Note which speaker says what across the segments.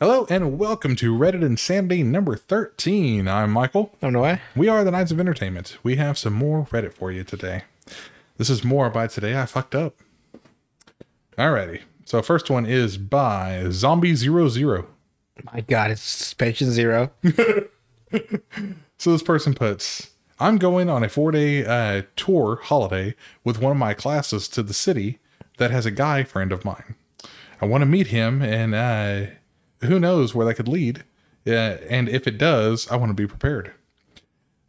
Speaker 1: and welcome to Reddit Insanity number 13. I'm Michael.
Speaker 2: I don't know why.
Speaker 1: We are the Knights of Entertainment. We have some more Reddit for you today. This is more by Today I Fucked Up. Alrighty. So, first one is by Zombie Zero Zero.
Speaker 2: My God, it's suspension zero.
Speaker 1: So this person puts, I'm going on a four day uh, tour holiday with one of my classes to the city that has a guy friend of mine. I want to meet him, and uh, who knows where that could lead. Uh, and if it does, I want to be prepared.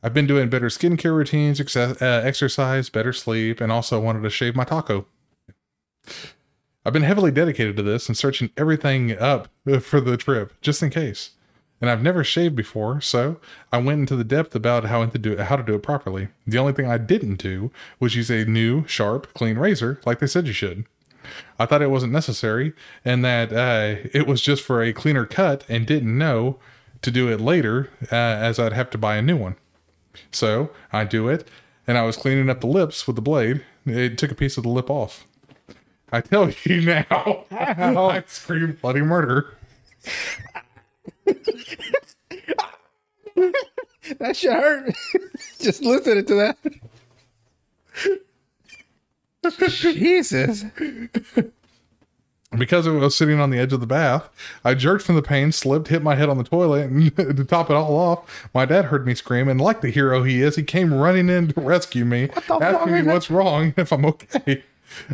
Speaker 1: I've been doing better skincare routines, ex- uh, exercise, better sleep, and also wanted to shave my taco. I've been heavily dedicated to this and searching everything up for the trip just in case and I've never shaved before, so I went into the depth about how to do how to do it properly. The only thing I didn't do was use a new, sharp, clean razor like they said you should. I thought it wasn't necessary, and that uh, it was just for a cleaner cut, and didn't know to do it later, uh, as I'd have to buy a new one. So I do it, and I was cleaning up the lips with the blade. It took a piece of the lip off. I tell you now, I scream bloody murder.
Speaker 2: That should hurt. Just listening to that. Jesus.
Speaker 1: Because I was sitting on the edge of the bath, I jerked from the pain, slipped, hit my head on the toilet, and to top it all off, my dad heard me scream, and like the hero he is, he came running in to rescue me,
Speaker 2: the fuck
Speaker 1: asking me
Speaker 2: is that?
Speaker 1: what's wrong and if I'm okay.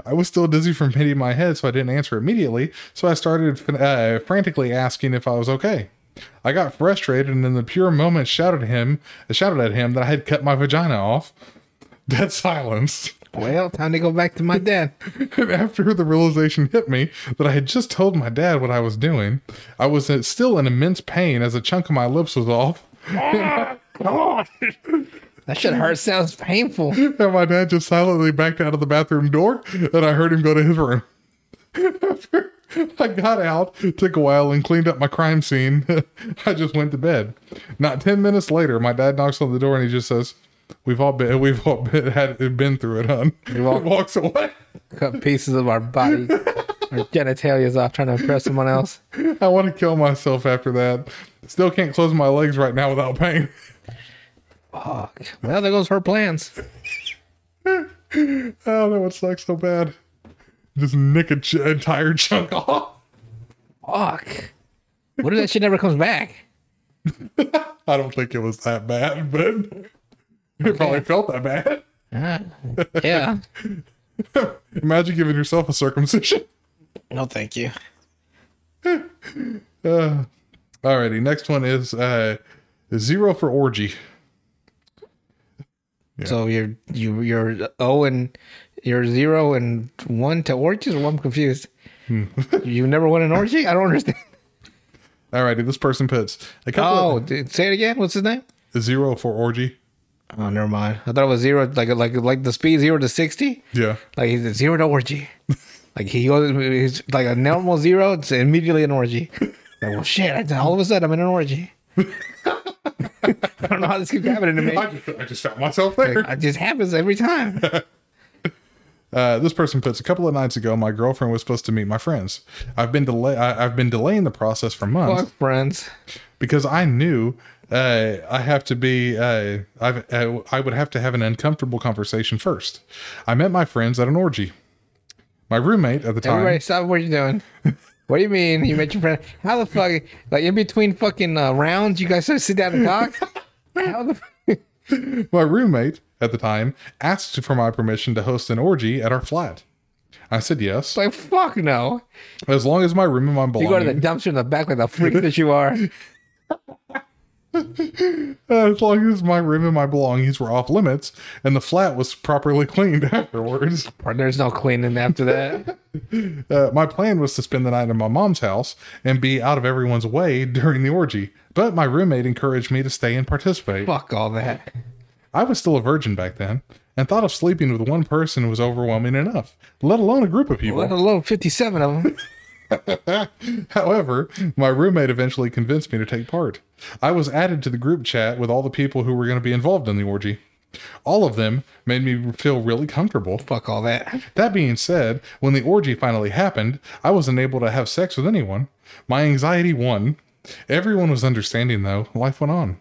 Speaker 1: I was still dizzy from hitting my head, so I didn't answer immediately, so I started uh, frantically asking if I was okay. I got frustrated and in the pure moment shouted him shouted at him that I had cut my vagina off. Dead silence.
Speaker 2: Well, time to go back to my dad.
Speaker 1: And after the realization hit me that I had just told my dad what I was doing, I was in- still in immense pain as a chunk of my lips was off.
Speaker 2: That should hurt. Sounds painful.
Speaker 1: And my dad just silently backed out of the bathroom door, and I heard him go to his room. After I got out, took a while, and cleaned up my crime scene, I just went to bed. Not 10 minutes later, my dad knocks on the door and he just says, We've all been, we've all been, had, been through it, hon. He
Speaker 2: all-
Speaker 1: walks away.
Speaker 2: Cut pieces of our body, our genitalia off, trying to impress someone else.
Speaker 1: I want to kill myself after that. Still can't close my legs right now without pain.
Speaker 2: Fuck. Well, there goes her plans.
Speaker 1: Oh, that would suck so bad. Just nick an entire chunk off.
Speaker 2: Fuck. What if that shit never comes back?
Speaker 1: I don't think it was that bad, but it probably felt that bad.
Speaker 2: Ah, yeah.
Speaker 1: Imagine giving yourself a circumcision.
Speaker 2: No, thank you.
Speaker 1: Uh, alrighty, next one is uh, zero for orgy.
Speaker 2: So you're you you're oh and you're zero and one to orgies, or I'm confused. you never won an orgy? I don't understand.
Speaker 1: Alrighty, this person puts a couple
Speaker 2: Oh, dude, say it again. What's his name?
Speaker 1: of zero for orgy.
Speaker 2: Oh, never mind. I thought it was zero, like like like the speed zero to sixty.
Speaker 1: Yeah,
Speaker 2: Like he's a zero to orgy. like he goes, he's like a normal zero. It's immediately an orgy. Like well, shit! I, all of a sudden, I'm in an orgy. I don't know how this keeps happening to me.
Speaker 1: I just, I just found myself there.
Speaker 2: It just happens every time.
Speaker 1: Uh, this person puts a couple of nights ago, my girlfriend was supposed to meet my friends. I've been delay. I- I've been delaying the process for months
Speaker 2: Fuck friends.
Speaker 1: because I knew uh, I have to be. Uh, I've, I I would have to have an uncomfortable conversation first. I met my friends at an orgy. My roommate at the time.
Speaker 2: Everybody, stop what you're doing. What do you mean? You met your friend? How the fuck? Like in between fucking uh, rounds, you guys sort of sit down and talk. How the? Fuck?
Speaker 1: My roommate at the time asked for my permission to host an orgy at our flat. I said yes,
Speaker 2: Like fuck no.
Speaker 1: as long as my room and my
Speaker 2: You go to the
Speaker 1: belongings.
Speaker 2: dumpster in the back like the freak that you are.
Speaker 1: as long as my room and my belongings were off limits, and the flat was properly cleaned afterwards.
Speaker 2: There's no cleaning after that.
Speaker 1: Uh, my plan was to spend the night in my mom's house and be out of everyone's way during the orgy, but my roommate encouraged me to stay and participate.
Speaker 2: fuck all that.
Speaker 1: I was still a virgin back then and thought of sleeping with one person was overwhelming enough, let alone a group of people.
Speaker 2: Let alone 57 of them.
Speaker 1: However, my roommate eventually convinced me to take part. I was added to the group chat with all the people who were going to be involved in the orgy. All of them made me feel really comfortable.
Speaker 2: Fuck all that.
Speaker 1: That being said, when the orgy finally happened, I wasn't able to have sex with anyone. My anxiety won. Everyone was understanding, though. Life went on.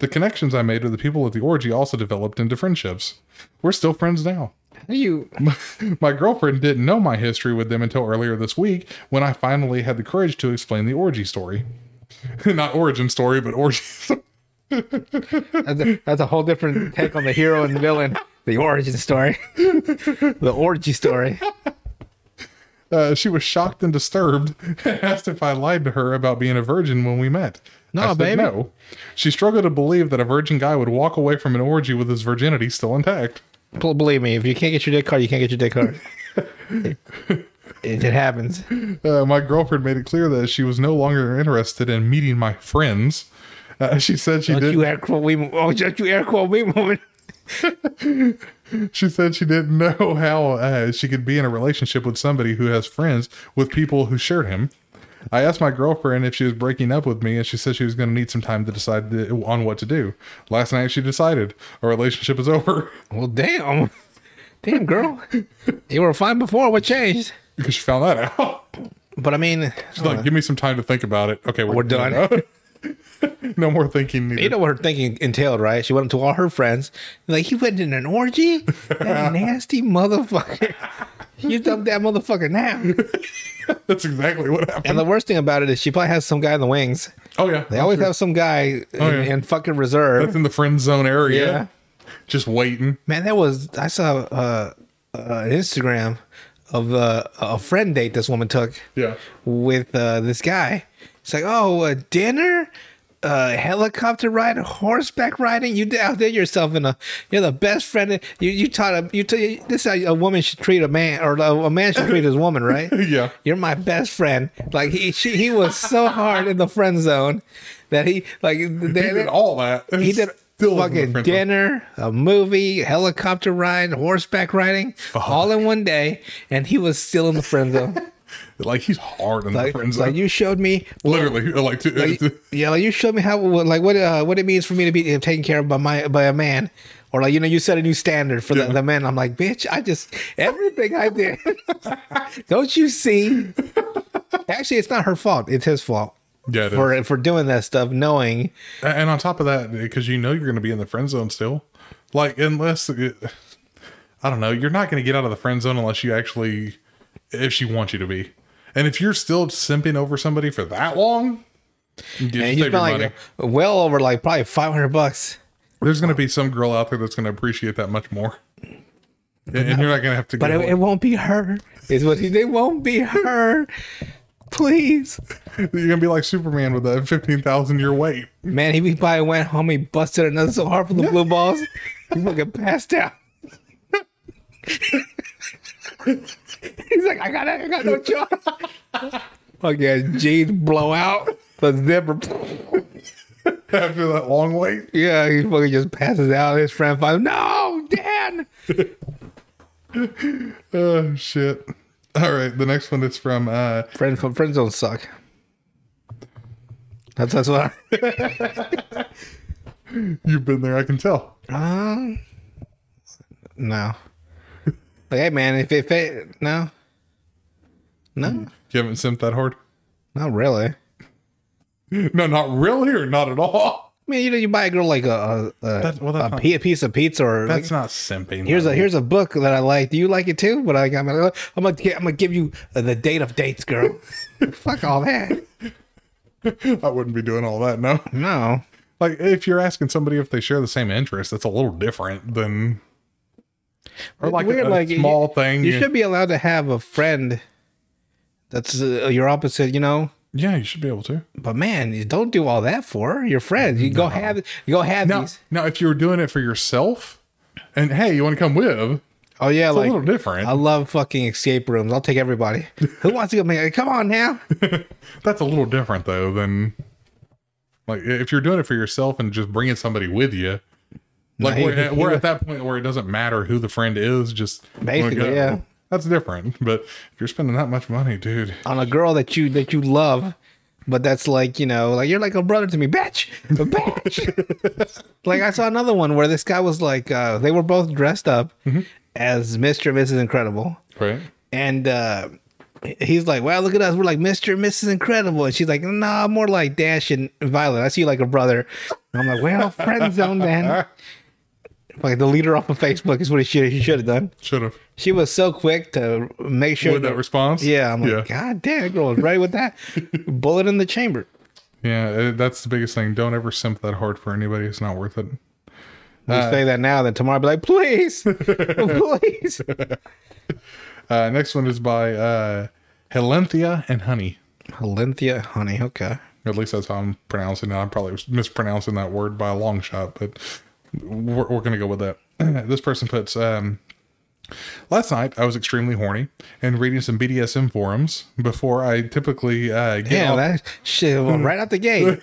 Speaker 1: The connections I made with the people at the orgy also developed into friendships. We're still friends now.
Speaker 2: How you?
Speaker 1: My girlfriend didn't know my history with them until earlier this week when I finally had the courage to explain the orgy story. Not origin story, but orgy.
Speaker 2: That's a, that's a whole different take on the hero and the villain. The origin story. the orgy story.
Speaker 1: Uh, she was shocked and disturbed and asked if I lied to her about being a virgin when we met. No,
Speaker 2: baby.
Speaker 1: No. She struggled to believe that a virgin guy would walk away from an orgy with his virginity still intact.
Speaker 2: Bel- Believe me, if you can't get your dick hard, you can't get your dick hard. It, it happens.
Speaker 1: Uh, my girlfriend made it clear that she was no longer interested in meeting my friends. Uh, she said she
Speaker 2: Don't
Speaker 1: did.
Speaker 2: you air quote me. mo- Oh, don't you air quote me, woman.
Speaker 1: She said she didn't know how uh, she could be in a relationship with somebody who has friends with people who shared him. I asked my girlfriend if she was breaking up with me, and she said she was going to need some time to decide th- on what to do. Last night, she decided our relationship is over
Speaker 2: Well, damn. Damn, girl. You were fine before. What changed?
Speaker 1: because she found that out.
Speaker 2: But I mean,
Speaker 1: She's like, "Give me some time to think about it." Okay, we're,
Speaker 2: We're done.
Speaker 1: no more thinking. Needed.
Speaker 2: you know what her thinking entailed, right? She went to all her friends. Like, he went in an orgy? That nasty motherfucker. You dump that motherfucker now.
Speaker 1: That's exactly what happened.
Speaker 2: And the worst thing about it is she probably has some guy in the wings.
Speaker 1: Oh yeah,
Speaker 2: They always have some guy in,
Speaker 1: Oh, yeah.
Speaker 2: in fucking reserve.
Speaker 1: That's in the friend zone area.
Speaker 2: Yeah.
Speaker 1: Just waiting.
Speaker 2: Man, that was I saw uh, uh, an Instagram of uh, a friend date this woman took
Speaker 1: Yeah.
Speaker 2: with uh, this guy. It's like, oh, uh, dinner, uh, helicopter ride, horseback riding. You did- outdid yourself in a. You're the best friend. You you taught a, you. T- this is how a woman should treat a man, or a, a man should treat his woman, right?
Speaker 1: Yeah.
Speaker 2: You're my best friend. Like he she, he was so hard in the friend zone that he like they,
Speaker 1: He did all that.
Speaker 2: he did
Speaker 1: Still in the
Speaker 2: fucking
Speaker 1: friend zone.
Speaker 2: dinner, a movie, helicopter ride, horseback riding, all in one day, and he was still in the friend zone.
Speaker 1: Like he's hard in the
Speaker 2: Like,
Speaker 1: friend
Speaker 2: like
Speaker 1: zone.
Speaker 2: you showed me,
Speaker 1: Literally, like, to,
Speaker 2: like, yeah, like you showed me how, what- like what, uh, what it means for me to be taken care of by my by a man, or like you know, you set a new standard for
Speaker 1: Yeah.
Speaker 2: the, the men. I'm like, bitch, I just everything I did. Don't you see? Actually, it's not her fault. It's his fault
Speaker 1: yeah. it is.
Speaker 2: for for doing that stuff, knowing
Speaker 1: And on top of that, because you know you're going to be in the friend zone still, like unless I don't know, you're not going to get out of the friend zone unless you actually, if she wants you to be, and if you're still simping over somebody for that long, you just
Speaker 2: and
Speaker 1: save
Speaker 2: you
Speaker 1: your
Speaker 2: spent
Speaker 1: money.
Speaker 2: like well over like probably 500 bucks.
Speaker 1: There's going to be some girl out there that's going to appreciate that much more, and, and you're not going to have to.
Speaker 2: But
Speaker 1: go,
Speaker 2: it, it won't be her. Is what he. It won't be her. Please,
Speaker 1: you're going to be like Superman with a fifteen thousand year wait.
Speaker 2: man. He probably went home. He busted another so hard for the blue balls. He fucking passed out. He's like, I got, I got no choice. Fucking jeans blow out. The zipper.
Speaker 1: after that long wait.
Speaker 2: Yeah, he fucking just passes out. His friend finds, no, Dan.
Speaker 1: Oh shit! All right, the next one is from uh,
Speaker 2: Friend, friends don't suck. That's that's what. I,
Speaker 1: you've been there, I can tell.
Speaker 2: Um, no. Like, hey, man, if if it no, no,
Speaker 1: You haven't simped that hard?
Speaker 2: not really. I
Speaker 1: No, not really, or not at all.
Speaker 2: mean, you know, you buy a girl like a a, a,
Speaker 1: That- well, that's
Speaker 2: a
Speaker 1: not-
Speaker 2: pi- a piece of pizza or like,
Speaker 1: That's not simping.
Speaker 2: here's a here's a book that I like. Do you like it too? But I, I'm gonna I'm gonna I'm gonna give you uh, the date of dates, girl. Fuck all that.
Speaker 1: I wouldn't be doing all that. No,
Speaker 2: No.
Speaker 1: like if you're asking somebody if they share the same interest, that's a little different than. Or like
Speaker 2: Weird,
Speaker 1: a, a
Speaker 2: like, you-
Speaker 1: small thing.
Speaker 2: You should be allowed to have a friend that's uh, your opposite. You know.
Speaker 1: yeah, you should be able to.
Speaker 2: But man, you don't do all that for your friends. You go have you go have
Speaker 1: Now,
Speaker 2: these.
Speaker 1: now, if you were doing it for yourself, and hey, you want to come with?
Speaker 2: Oh yeah,
Speaker 1: A
Speaker 2: like
Speaker 1: little different.
Speaker 2: I love fucking escape rooms. I'll take everybody. Who wants to go? Man, come on now.
Speaker 1: That's a little different though than like if you're doing it for yourself and just bringing somebody with you. Like
Speaker 2: he-
Speaker 1: we're, at,
Speaker 2: he
Speaker 1: we're
Speaker 2: was-
Speaker 1: at that point where it doesn't matter who the friend is, just wanna
Speaker 2: Basically,
Speaker 1: go.
Speaker 2: yeah.
Speaker 1: That's different, but if you're spending that much money, dude,
Speaker 2: On a girl that you that you love, but that's like you know, like you're like a brother to me, bitch, bitch. like I saw another one where this guy was like, uh, they were both dressed up as Mr. and Mrs. Incredible,
Speaker 1: right?
Speaker 2: and uh, he's like, "Wow, look at us! We're like Mister and Mrs. Incredible," and she's like, "Nah, more like Dash and Violet. I see you like a brother." And I'm like, "Well, friend zone then." Like the leader off of Facebook is what he should he should have done.
Speaker 1: Should have.
Speaker 2: She was so quick to make sure
Speaker 1: With that response?
Speaker 2: Yeah, I'm like,
Speaker 1: Yeah.
Speaker 2: God damn, that girl was ready with that bullet in the chamber.
Speaker 1: Yeah, uh, that's the biggest thing. Don't ever simp that hard for anybody. It's not worth it.
Speaker 2: We say that now, then tomorrow I'll be like, please, please.
Speaker 1: Uh, next one is by uh, Helenthia and Honey.
Speaker 2: Helenthia, honey, okay.
Speaker 1: At least that's how I'm pronouncing it. I'm probably mispronouncing that word by a long shot, but we're, we're going to go with that. this person puts um, Last night, I was extremely horny and reading some BDSM forums before I typically uh, get
Speaker 2: Damn,
Speaker 1: off-
Speaker 2: that shit went right out the gate.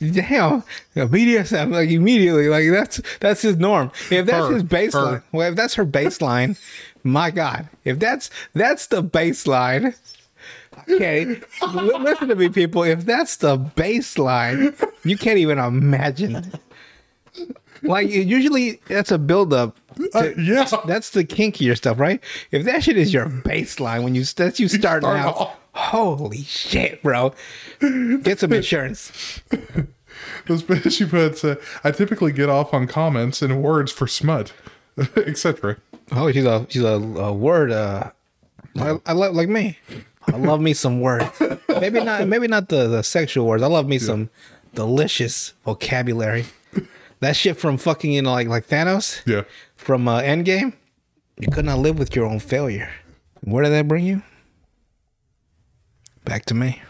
Speaker 2: Damn, the BDSM like immediately, like that's that's his norm. If that's
Speaker 1: Her,
Speaker 2: his baseline,
Speaker 1: her.
Speaker 2: well, if that's her baseline, my God, if that's that's the baseline. Okay, li- listen to me, people. If that's the baseline, you can't even imagine. Like usually, that's a buildup.
Speaker 1: Uh, yeah.
Speaker 2: That's the kinkier stuff, right? If that shit is your baseline when you that's you starting
Speaker 1: start
Speaker 2: out,
Speaker 1: off.
Speaker 2: holy shit, bro. Get some insurance.
Speaker 1: This bitch, she puts, uh, I typically get off on comments and words for smut, etc.
Speaker 2: Oh, she's a she's a, a word. Uh, I, I love like me. I love me some words. Maybe not. Maybe not the the sexual words. I love me some delicious vocabulary. That shit from fucking you know like like Thanos
Speaker 1: Yeah.
Speaker 2: from uh, Endgame. You could not live with your own failure. Where did that bring you? Back to me.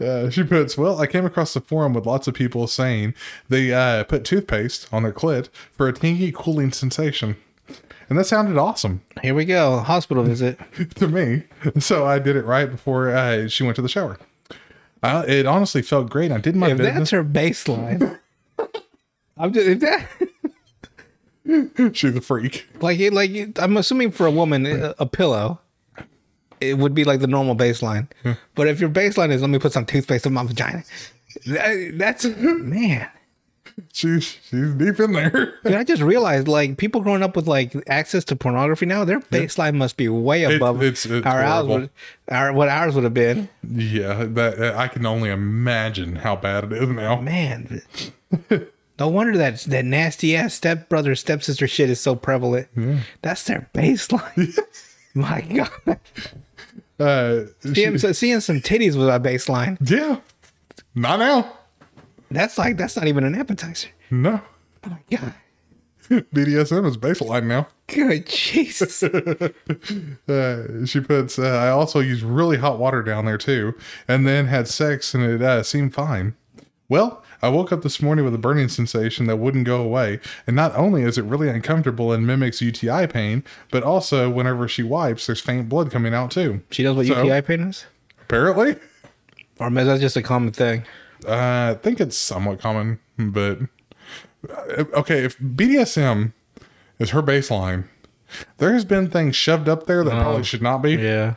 Speaker 1: Uh, she puts, Well, I came across the forum with lots of people saying they uh, put toothpaste on their clit for a tingy, cooling sensation. And that sounded awesome
Speaker 2: Here we go. Hospital visit.
Speaker 1: to me. So I did it right before uh, she went to the shower. I, it honestly felt great. I did my
Speaker 2: If
Speaker 1: business.
Speaker 2: that's her baseline, I'm just if that
Speaker 1: She's a freak.
Speaker 2: like it, like it- I'm assuming for a woman a, a pillow, it would be like the normal baseline.
Speaker 1: Hmm.
Speaker 2: But if your baseline is let me put some toothpaste in my vagina, that, that's man.
Speaker 1: She's she's deep in there.
Speaker 2: Dude, I just realized like people growing up with like access to pornography now, their baseline must be way above
Speaker 1: it's- it's
Speaker 2: our ours
Speaker 1: horrible.
Speaker 2: would, our what ours would have been.
Speaker 1: yeah, that I can only imagine how bad it is now.
Speaker 2: Man, no wonder that that nasty ass stepbrother stepsister shit is so prevalent. That's their baseline. My God,
Speaker 1: Uh,
Speaker 2: seeing,
Speaker 1: she-
Speaker 2: so seeing some titties was our baseline.
Speaker 1: yeah, not now.
Speaker 2: That's like that's not even an appetizer. Oh
Speaker 1: No,
Speaker 2: My God,
Speaker 1: BDSM is baseline now.
Speaker 2: good Jesus.
Speaker 1: Uh, she puts. Uh, I also used really hot water down there too, and then had sex, and it uh, seemed fine. Well, I woke up this morning with a burning sensation that wouldn't go away, and not only is it really uncomfortable and mimics UTI pain, but also whenever she wipes, there's faint blood coming out too.
Speaker 2: She knows what
Speaker 1: So-
Speaker 2: UTI pain is,
Speaker 1: Apparently,
Speaker 2: or maybe that's just a common thing.
Speaker 1: Uh, I think it's somewhat common, but uh, okay. If BDSM is her baseline, there has been things shoved up there that
Speaker 2: Oh,
Speaker 1: probably should not be.
Speaker 2: Yeah.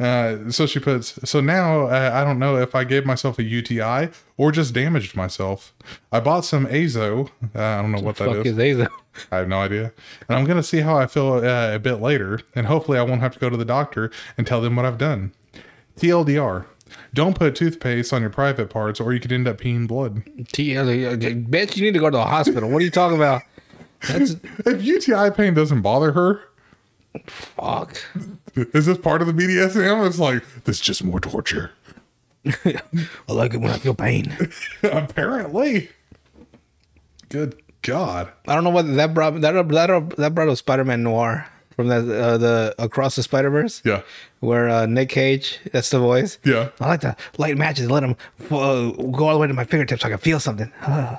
Speaker 1: Uh, so she puts. So now uh, I don't know if I gave myself a UTI or just damaged myself. I bought some Azo. Uh, I don't know what that
Speaker 2: Fuck
Speaker 1: is.
Speaker 2: is Aza.
Speaker 1: I have no idea. And I'm gonna see how I feel uh, a bit later, and hopefully I won't have to go to the doctor and tell them what I've done. TLDR. Don't put toothpaste on your private parts, or you could end up peeing blood.
Speaker 2: T- uh, Bitch, you need to go to the hospital. What are you talking about? That's
Speaker 1: If UTI pain doesn't bother her,
Speaker 2: fuck.
Speaker 1: is this part of the BDSM? It's like this is just more torture.
Speaker 2: I like it when I feel pain.
Speaker 1: Apparently. Good God.
Speaker 2: I don't know what that brought that that that brought up Spider Man Noir from that uh, the Across the Spider Verse.
Speaker 1: Yeah.
Speaker 2: Where uh, Nick Cage, that's the voice.
Speaker 1: Yeah.
Speaker 2: I like to light matches and let them uh, go all the way to my fingertips so I can feel something. I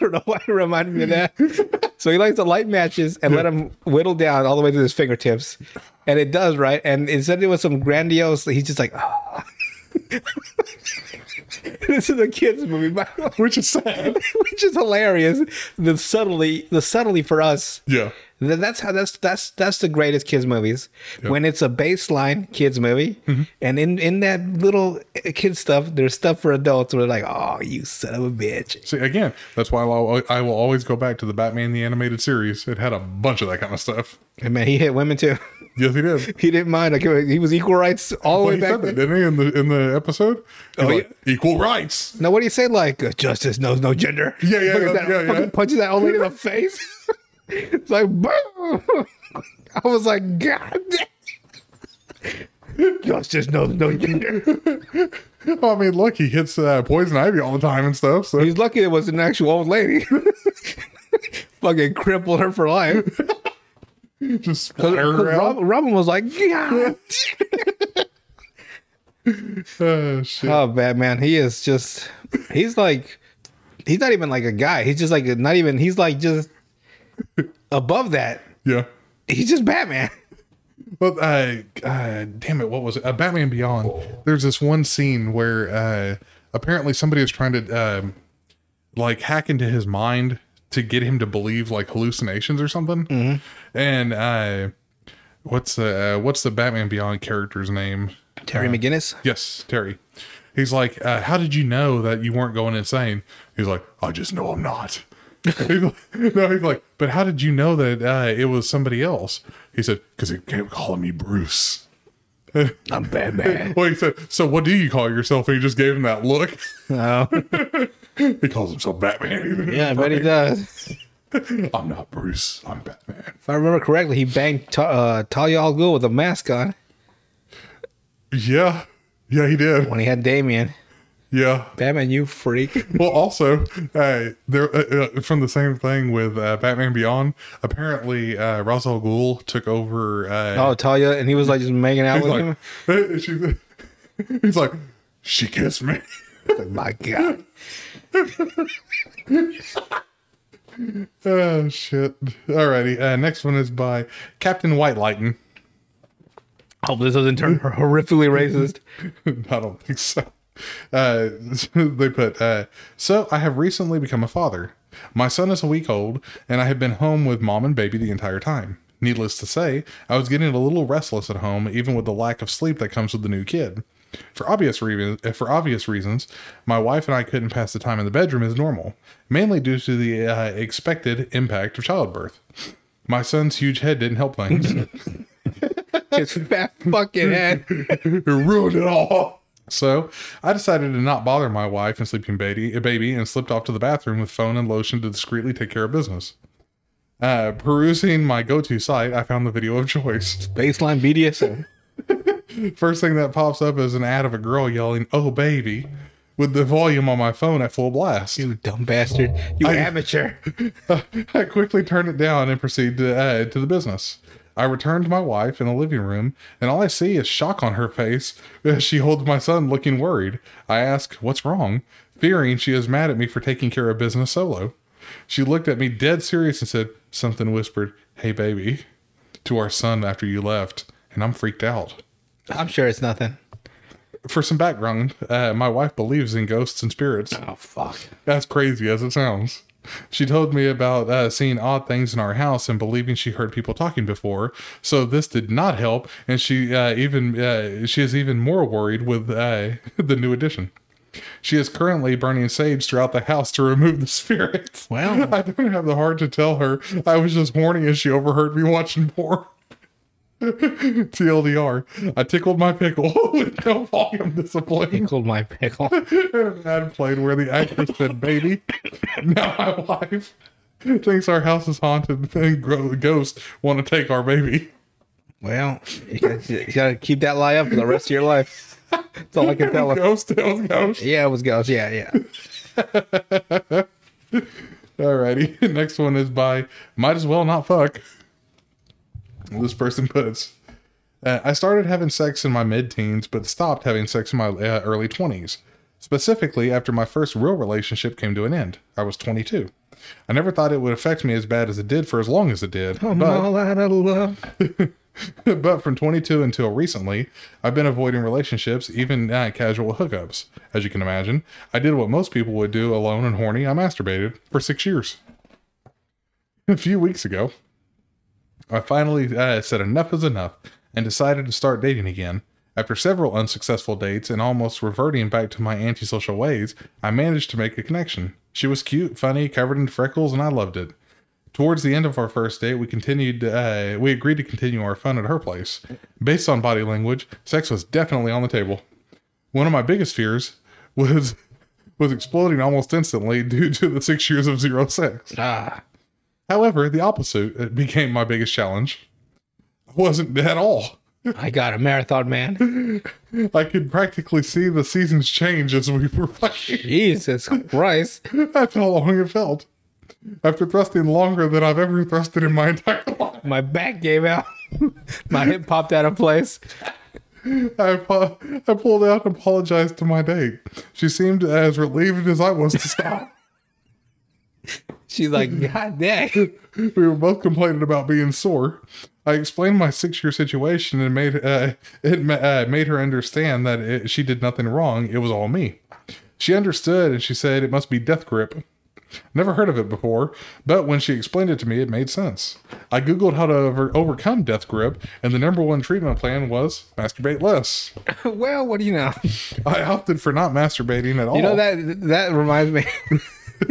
Speaker 2: don't know why it reminded me of that. So he likes to light matches and let them whittle down all the way to his fingertips. And it does, right? And instead it was some grandiose, he's just like, oh. this is a kid's movie, by the way
Speaker 1: Which is sad.
Speaker 2: which is hilarious. The subtlety, the subtlety for us
Speaker 1: Yeah.
Speaker 2: Th- That's how that's that's that's the greatest kids movies. When it's a baseline kids movie,
Speaker 1: Mm-hmm.
Speaker 2: and in in that little uh, kids stuff, there's stuff for adults where they're like, "Oh, you son of a bitch."
Speaker 1: See, again, that's why I'll, I will always go back to the Batman the Animated Series. It had a bunch of that kind of stuff.
Speaker 2: And man, he hit women too.
Speaker 1: Yes, he did.
Speaker 2: he didn't mind. Like, he was equal rights all the
Speaker 1: Well,
Speaker 2: way
Speaker 1: he said
Speaker 2: Oh,
Speaker 1: that,
Speaker 2: back. Then.
Speaker 1: didn't he, in the in the episode? He's
Speaker 2: Oh,
Speaker 1: like, Equal rights.
Speaker 2: Now, what do you say? Like, uh, justice knows no gender.
Speaker 1: Yeah, yeah,
Speaker 2: Fucking
Speaker 1: yeah,
Speaker 2: that,
Speaker 1: yeah,
Speaker 2: fucking
Speaker 1: yeah.
Speaker 2: Punches that old lady in the face. it's like, boom. I was like, God. damn. Justice knows no gender.
Speaker 1: Well, I mean, look, he hits uh, poison ivy all the time and stuff. So
Speaker 2: He's lucky it was an actual old lady. Fucking crippled her for life.
Speaker 1: just splatter her out.
Speaker 2: Rob, Robin was like, God.
Speaker 1: Uh, shit.
Speaker 2: Oh, Batman. He is just, he's like, he's not even like a guy. He's just like, not even, he's like just above that.
Speaker 1: yeah.
Speaker 2: He's just Batman.
Speaker 1: Well, uh, uh, damn it, what was it? Uh, Batman Beyond. There's this one scene where uh, apparently somebody is trying to um, like hack into his mind to get him to believe like hallucinations or something. And uh, what's the uh, what's the Batman Beyond character's name?
Speaker 2: Terry McGinnis.
Speaker 1: Yes, Terry. He's like, uh, how did you know that you weren't going insane? He's like, I just know I'm not. He's like- no, he's like, but how did you know that uh, it was somebody else? He said, because they kept calling me Bruce.
Speaker 2: I'm Batman.
Speaker 1: Well, he said, so what do you call yourself? And he just gave him that look.
Speaker 2: oh,
Speaker 1: he calls himself Batman.
Speaker 2: yeah, I bet he does.
Speaker 1: I'm not Bruce. I'm Batman.
Speaker 2: If I remember correctly, he banged Ta- uh, Talia al Ghul with a mask on
Speaker 1: Yeah. Yeah, he did.
Speaker 2: when he had Damien.
Speaker 1: Yeah.
Speaker 2: Batman, you freak.
Speaker 1: well, also, uh, there uh, uh, from the same thing with uh, Batman Beyond. Apparently, uh, Ra's al Ghul took over. Uh,
Speaker 2: Oh, Talia, and he was like just making out with him.
Speaker 1: like, she's- he's like, she kissed me.
Speaker 2: Like, my God.
Speaker 1: oh shit! Alrighty, uh, next one is by Captain White Lightning.
Speaker 2: Hope Oh, this doesn't turn horrifically racist.
Speaker 1: I don't think so. Uh, they put, uh, so I have recently become a father. My son is a week old, and I have been home with mom and baby the entire time. Needless to say, I was getting a little restless at home, even with the lack of sleep that comes with the new kid. For obvious reasons, for obvious reasons, my wife and I couldn't pass the time in the bedroom as normal, mainly due to the uh, expected impact of childbirth. My son's huge head didn't help things.
Speaker 2: His fat fucking head.
Speaker 1: it ruined it all. So I decided to not bother my wife and sleeping baby, baby, and slipped off to the bathroom with phone and lotion to discreetly take care of business. Uh, perusing my go-to site, I found the video of choice.
Speaker 2: Baseline BDSM.
Speaker 1: First thing that pops up is an ad of a girl yelling "Oh baby," with the volume on my phone at full blast.
Speaker 2: You dumb bastard. You amateur.
Speaker 1: I quickly turned it down and proceed to uh, to the business. I return to my wife in the living room, and all I see is shock on her face as she holds my son, looking worried. I ask, "What's wrong?" Fearing she is mad at me for taking care of business solo. She looked at me dead serious and said something whispered, "Hey, baby," to our son after you left, and I'm freaked out.
Speaker 2: I'm sure it's nothing.
Speaker 1: For some background, uh, my wife believes in ghosts and spirits.
Speaker 2: Oh, fuck.
Speaker 1: As crazy as it sounds. She told me about uh, seeing odd things in our house and believing she heard people talking before. So this did not help, and she uh, even uh, she is even more worried with uh, the new addition. She is currently burning sage throughout the house to remove the spirits.
Speaker 2: Wow.
Speaker 1: I don't have the heart to tell her. I was just horny, and she overheard me watching porn. TLDR, I tickled my pickle with no volume discipline
Speaker 2: Tickled my pickle.
Speaker 1: an ad played where the actress said, "Baby, now my wife thinks our house is haunted, and gro- ghosts want to take our baby."
Speaker 2: Well, you gotta, you gotta keep that lie up for the rest of your life. That's all I can tell her.
Speaker 1: Ghost tells ghost.
Speaker 2: Yeah, it was ghost. Yeah, yeah.
Speaker 1: Alrighty, next one is by Might as well not fuck. This person puts. Uh, I started having sex in my mid teens, but stopped having sex in my uh, early 20s. Specifically, after my first real relationship came to an end, I was 22. I never thought it would affect me as bad as it did for as long as it did.
Speaker 2: I'm
Speaker 1: but
Speaker 2: all out of love.
Speaker 1: but from 22 until recently, I've been avoiding relationships, even uh, casual hookups. As you can imagine, I did what most people would do alone and horny. I masturbated for six years. A few weeks ago, I finally uh, said enough is enough and decided to start dating again. After several unsuccessful dates and almost reverting back to my antisocial ways, I managed to make a connection. She was cute, funny, covered in freckles, and I loved it. Towards the end of our first date, we continued. Uh, we agreed to continue our fun at her place. Based on body language, sex was definitely on the table. One of my biggest fears was was exploding almost instantly due to the six years of zero sex.
Speaker 2: Ah,
Speaker 1: However, the opposite uh, became my biggest challenge. I wasn't at all.
Speaker 2: I got a marathon, man.
Speaker 1: I could practically see the seasons change as we were fucking.
Speaker 2: Jesus Christ.
Speaker 1: That's how long it felt. After thrusting longer than I've ever thrusted in my entire life,
Speaker 2: My back gave out. My hip popped out of place.
Speaker 1: I, apo- I pulled out and apologized to my date. She seemed as relieved as I was to stop.
Speaker 2: She's like, God dang.
Speaker 1: we were both complaining about being sore. I explained my six-year situation and made uh, it ma- uh, made her understand that it, she did nothing wrong. It was all me. She understood and she said it must be death grip. Never heard of it before, but when she explained it to me, it made sense. I googled how to over- overcome death grip, and the number one treatment plan was masturbate less.
Speaker 2: Well, what do you know?
Speaker 1: I opted for not masturbating at all.
Speaker 2: You know that that reminds me.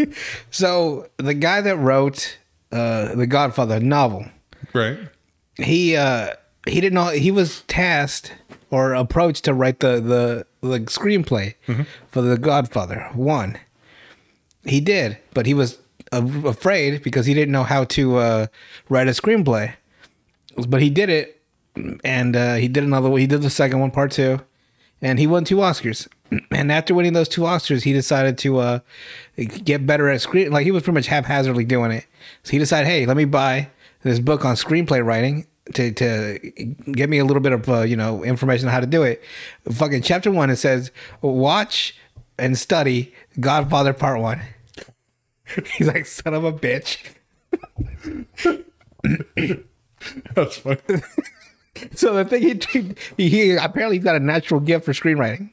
Speaker 2: so the guy that wrote uh, the Godfather novel,
Speaker 1: right?
Speaker 2: he uh, he didn't know he was tasked or approached to write the the, the screenplay for the Godfather one. He did, but he was a afraid because he didn't know how to uh, write a screenplay. But he did it, and uh, he did another. He did the second one, part two, and he won two Oscars. And after winning those two Oscars, he decided to uh, get better at screen. Like he was pretty much haphazardly doing it. So he decided, hey, let me buy this book on screenplay writing to to get me a little bit of uh, you know information on how to do it. Fucking chapter one, it says watch and study Godfather Part One. He's like son of a bitch.
Speaker 1: That's funny.
Speaker 2: So the thing he he, he apparently he's got a natural gift for screenwriting,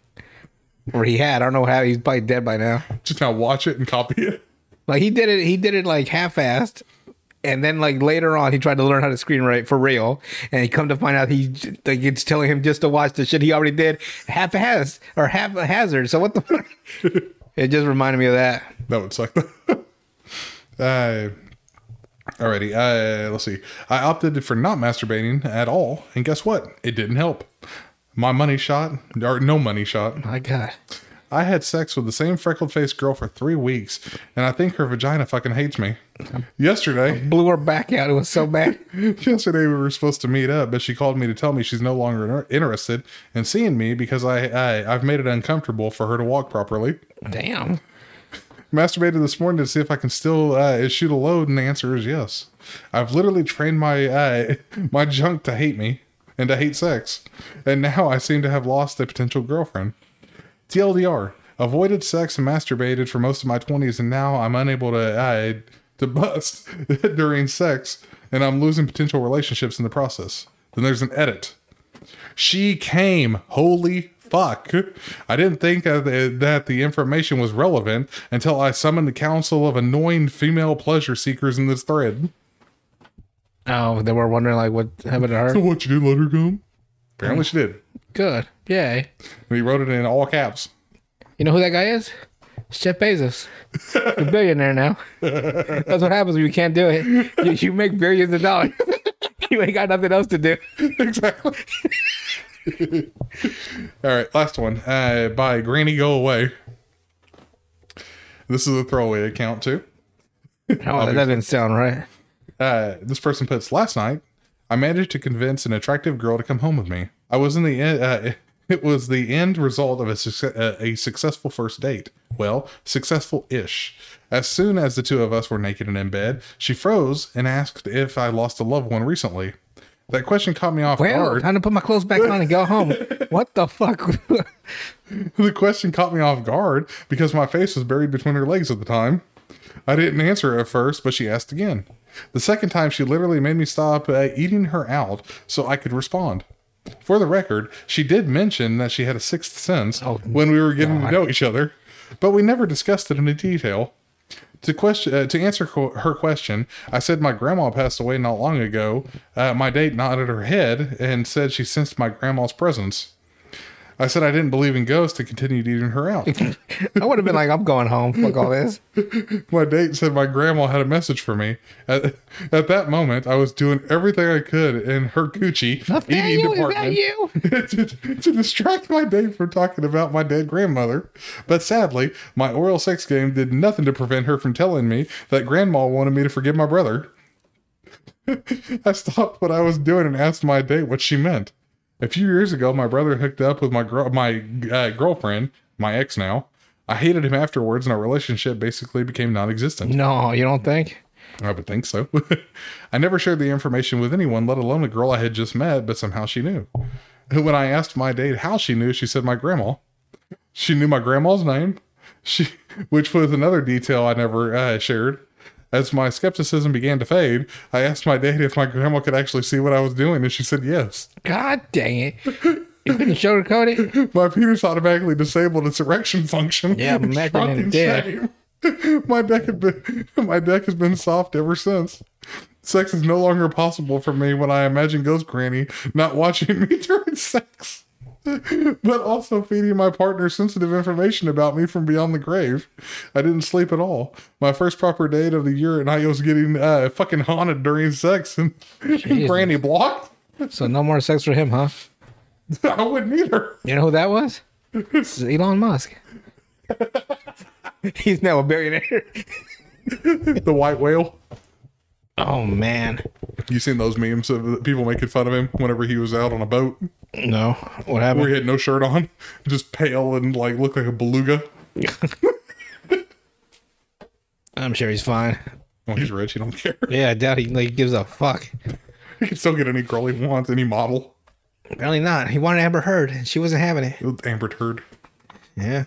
Speaker 2: or he had. I don't know how. He's probably dead by now.
Speaker 1: Just now watch it and copy it.
Speaker 2: Like he did it. He did it like half-assed, and then like later on, he tried to learn how to screenwrite for real, and he come to find out he j- like it's telling him just to watch the shit he already did half-assed or haphazard. So what the fuck? it just reminded me of that.
Speaker 1: That would suck. uh, alrighty. Uh, let's see. I opted for not masturbating at all, and guess what? It didn't help. My money shot, or no money shot.
Speaker 2: My God.
Speaker 1: I had sex with the same freckled faced girl for three weeks, and I think her vagina fucking hates me. Yesterday,
Speaker 2: Blew her back out. It was so bad.
Speaker 1: yesterday we were supposed to meet up, but she called me to tell me she's no longer inter- interested in seeing me because I, I I've made it uncomfortable for her to walk properly.
Speaker 2: Damn.
Speaker 1: masturbated this morning to see if I can still uh, shoot a load, and the answer is yes. I've literally trained my uh, my junk to hate me and to hate sex, and now I seem to have lost a potential girlfriend. TLDR: avoided sex and masturbated for most of my twenties, and now I'm unable to uh, to bust during sex, and I'm losing potential relationships in the process. Then there's an edit. She came. Holy fuck. I didn't think of the- that the information was relevant until I summoned the council of annoying female pleasure seekers in this thread.
Speaker 2: Oh, they were wondering like what happened to her.
Speaker 1: What, you did let her go? Apparently she did.
Speaker 2: Good. Yay.
Speaker 1: And he wrote it in all caps.
Speaker 2: You know who that guy is? It's Jeff Bezos. He's a billionaire now. That's what happens when you can't do it. You, you make billions of dollars. you ain't got nothing else to do. Oh,
Speaker 1: exactly. All right, last one. Uh, by Granny Go Away. This is a throwaway account, too.
Speaker 2: Oh, that doesn't sound right.
Speaker 1: Uh, this person puts last night. I managed to convince an attractive girl to come home with me. I was in the end. Uh, it was the end result of a, succe- uh, a successful first date. Well, successful ish. As soon as the two of us were naked and in bed, she froze and asked if I lost a loved one recently. That question caught me off
Speaker 2: Well,
Speaker 1: guard.
Speaker 2: time to put my clothes back on and go home. What the fuck?
Speaker 1: the question caught me off guard because my face was buried between her legs at the time. I didn't answer at first, but she asked again. The second time, she literally made me stop uh, eating her out so I could respond. For the record, she did mention that she had a sixth sense when we were getting to know each other, but we never discussed it in detail. To question uh, to answer co- her question, I said my grandma passed away not long ago. Uh, my date nodded her head and said she sensed my grandma's presence. I said I didn't believe in ghosts and continued eating her out.
Speaker 2: I would have been like, I'm going home. Fuck all this.
Speaker 1: my date said my grandma had a message for me. At, at that moment, I was doing everything I could in her Gucci eating
Speaker 2: you,
Speaker 1: department
Speaker 2: you?
Speaker 1: to, to distract my date from talking about my dead grandmother. But sadly, my oral sex game did nothing to prevent her from telling me that grandma wanted me to forgive my brother. I stopped what I was doing and asked my date what she meant. A few years ago, my brother hooked up with my gr- my uh, girlfriend, my ex now. I hated him afterwards, and our relationship basically became non-existent.
Speaker 2: No, you don't think?
Speaker 1: I would think so. I never shared the information with anyone, let alone a girl I had just met, but somehow she knew. When I asked my date how she knew, she said my grandma. She knew my grandma's name, she, which was another detail I never uh, shared. As my skepticism began to fade, I asked my date if my grandma could actually see what I was doing, and she said yes.
Speaker 2: God dang it. You couldn't sugarcoat it?
Speaker 1: My penis automatically disabled its erection function.
Speaker 2: Yeah,
Speaker 1: in
Speaker 2: imagine it
Speaker 1: shocking
Speaker 2: did.
Speaker 1: shame. My deck had been my deck has been soft ever since. Sex is no longer possible for me when I imagine Ghost Granny not watching me during sex, but also feeding my partner sensitive information about me from beyond the grave. I didn't sleep at all. My first proper date of the year, and I was getting uh, fucking haunted during sex, and, and Granny blocked.
Speaker 2: So no more sex for him, huh?
Speaker 1: I wouldn't either.
Speaker 2: You know who that was? It's Elon Musk. He's now a billionaire.
Speaker 1: The white whale.
Speaker 2: Oh man.
Speaker 1: You seen those memes of people making fun of him whenever he was out on a boat
Speaker 2: No. What happened?
Speaker 1: where he had no shirt on, just pale and like looked like a beluga.
Speaker 2: I'm sure he's fine.
Speaker 1: Well, Oh, he's rich, he don't care.
Speaker 2: Yeah, I doubt he like gives a fuck.
Speaker 1: He can still get any girl he wants, any model.
Speaker 2: Apparently not. He wanted Amber Heard and she wasn't having it.
Speaker 1: With Amber Turd.
Speaker 2: Yeah.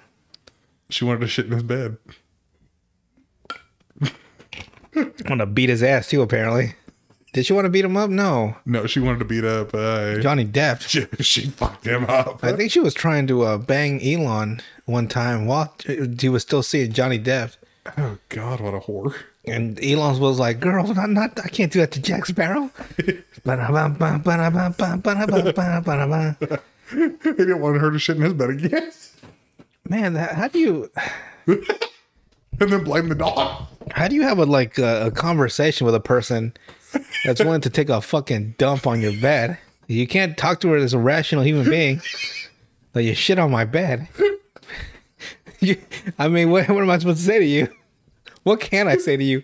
Speaker 1: She wanted to shit in his bed.
Speaker 2: I'm gonna beat his ass too, apparently. Did she want to beat him up? No.
Speaker 1: No, she wanted to beat up. Uh,
Speaker 2: Johnny Depp.
Speaker 1: she, she fucked him up.
Speaker 2: I think she was trying to uh, bang Elon one time while he was still seeing Johnny Depp.
Speaker 1: Oh God, what a whore!
Speaker 2: And Elon was like, "Girl, not, not, I can't do that to Jack Sparrow." Ba-da-ba-ba-ba-da-ba-ba-ba-ba-ba-ba-ba.
Speaker 1: He didn't want her to shit in his bed again,
Speaker 2: Man, h- how do you
Speaker 1: and then blame the dog.
Speaker 2: how do you have a like a, a conversation with a person that's willing to take a fucking dump on your bed? You can't talk to her as a rational human being. Like you shit on my bed. You, I mean, what, what am I supposed to say to you? What can I say to you?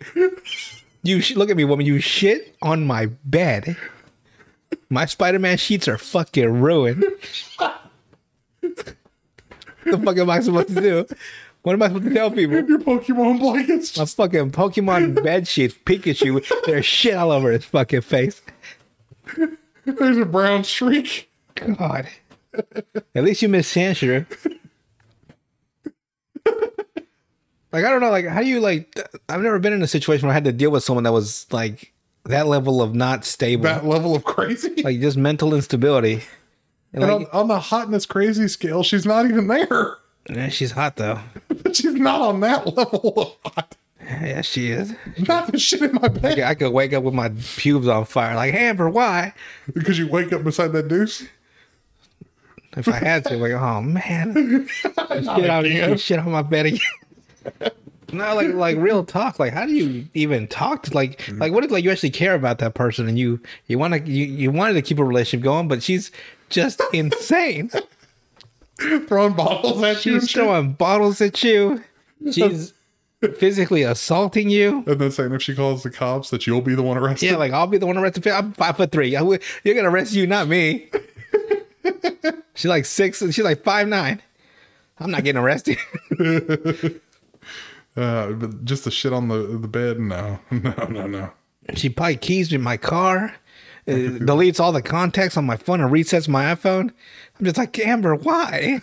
Speaker 2: You sh- look at me, woman. You shit on my bed. My Spider-Man sheets are fucking ruined. the fuck am I supposed to do? What am I supposed to tell people?
Speaker 1: Your Pokemon blankets.
Speaker 2: A fucking Pokemon bed sheet, Pikachu. There's shit all over his fucking face.
Speaker 1: There's a brown streak.
Speaker 2: God. At least you miss Sanshu. Like I don't know, like how do you like? th- I've never been in a situation where I had to deal with someone that was like that level of not stable,
Speaker 1: That level of crazy.
Speaker 2: like just mental instability.
Speaker 1: and
Speaker 2: And, like,
Speaker 1: on, on the hotness crazy scale, she's not even there.
Speaker 2: yeah, she's hot though.
Speaker 1: But she's not on that level of hot.
Speaker 2: Yeah, she is.
Speaker 1: Not the shit in my bed.
Speaker 2: Yeah, I could wake up with my pubes on fire, like Amber. Why?
Speaker 1: Because you wake up beside that deuce.
Speaker 2: If I had to, like, oh man, shit on,
Speaker 1: again.
Speaker 2: shit on my bed again. no, like, like real talk. Like, how do you even talk to like, like, what if like you actually care about that person and you you want to you, you wanted to keep a relationship going, but she's just insane.
Speaker 1: Throwing bottles at you and
Speaker 2: she's
Speaker 1: shit.
Speaker 2: throwing bottles at you. She's physically assaulting you.
Speaker 1: And then saying if she calls the cops that you'll be the one arrested.
Speaker 2: Yeah, like I'll be the one arrested. I'm five foot three. I would- You're gonna arrest you, not me. she's like six. She's like five nine. I'm not getting arrested.
Speaker 1: Uh, but just the shit on the, the bed, no. No, no, no.
Speaker 2: She probably keys me in my car, uh, deletes all the contacts on my phone, and resets my iPhone. I'm just like, Amber, why?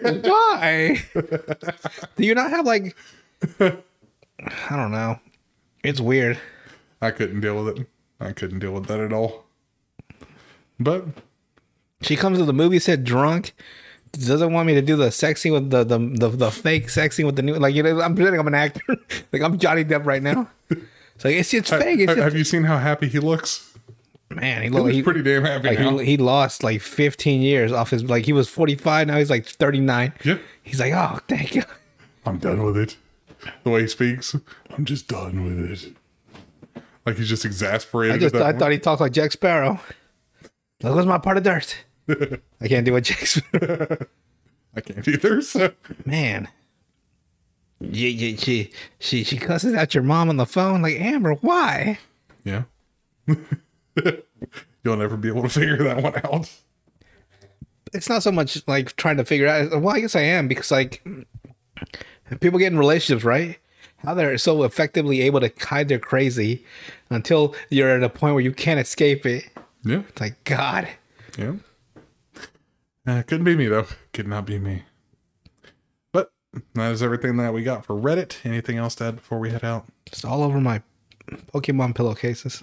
Speaker 2: why? Do you not have like, I don't know. It's weird.
Speaker 1: I couldn't deal with it. I couldn't deal with that at all. But
Speaker 2: She comes to the movie set drunk, doesn't want me to do the sexy with the the, the, the fake sexy with the new like you know I'm pretending I'm an actor like I'm Johnny Depp right now. It's like it's it's
Speaker 1: Ha-
Speaker 2: fake. It's
Speaker 1: ha-
Speaker 2: just,
Speaker 1: have you seen how happy he looks?
Speaker 2: man, he
Speaker 1: He
Speaker 2: looked
Speaker 1: looks
Speaker 2: he,
Speaker 1: pretty damn happy
Speaker 2: like
Speaker 1: now.
Speaker 2: he, he lost like 15 years off his like he was 45 now he's like 39.
Speaker 1: yeah,
Speaker 2: He's like oh thank you.
Speaker 1: I'm done with it. The way he speaks, I'm just done with it. Like he's just exasperated.
Speaker 2: I just
Speaker 1: at that
Speaker 2: I
Speaker 1: point.
Speaker 2: thought he talked like Jack Sparrow. That was my part of dirt. I can't do what Jack Sparrow.
Speaker 1: I can't either. So
Speaker 2: Man. She, she- she, she, she cusses out your mom on the phone like, Amber, why?
Speaker 1: yeah, you'll never be able to figure that one out.
Speaker 2: It's not so much like trying to figure out. Well, I guess I am because like people get in relationships, right? How they're so effectively able to hide their crazy until you're at a point where you can't escape it.
Speaker 1: Yeah,
Speaker 2: It's like, God.
Speaker 1: yeah. Uh, couldn't be me though. Could not be me. But that is everything that we got for Reddit. Anything else to add before we head out?
Speaker 2: It's all over my Pokemon pillowcases.